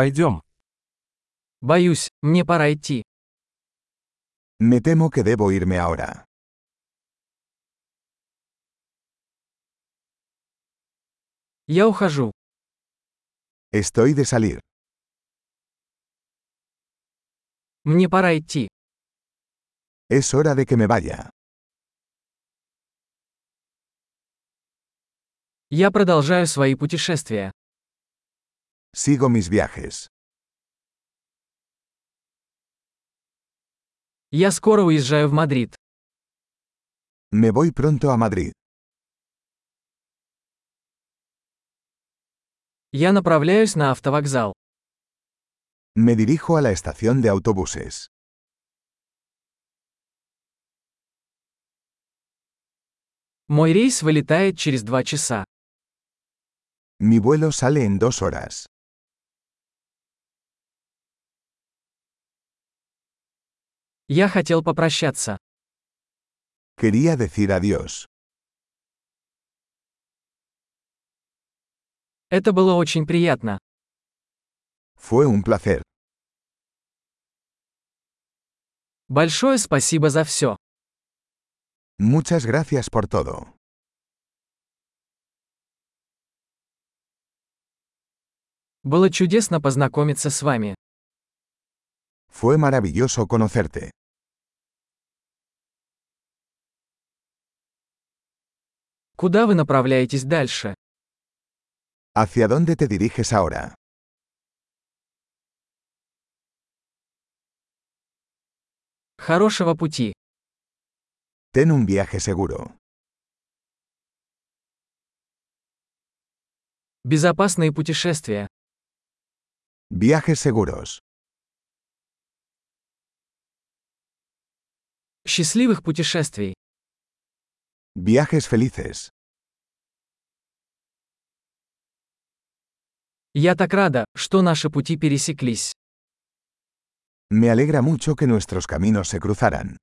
Пойдем. Боюсь, мне пора идти. Me temo que debo irme ahora. Я ухожу. Estoy de salir. Мне пора идти. Es hora de que me vaya. Я продолжаю свои путешествия. Sigo mis viajes. Я скоро уезжаю в Мадрид. Me voy pronto a Madrid. Я направляюсь на автовокзал. Me dirijo a la estación de autobuses. Мой рейс вылетает через два часа. Mi vuelo sale en dos horas. Я хотел попрощаться. Quería decir adiós. Это было очень приятно. Fue un placer. Большое спасибо за все. Muchas gracias por todo. Было чудесно познакомиться с вами. Fue maravilloso conocerte. Куда вы направляетесь дальше? ¿Hacia dónde te diriges ahora? Хорошего пути. Ten un viaje seguro. Безопасные путешествия. Viajes seguros. Счастливых путешествий. Viajes felices. Я так рада, что наши пути пересеклись. Me alegra mucho que nuestros caminos se cruzaran.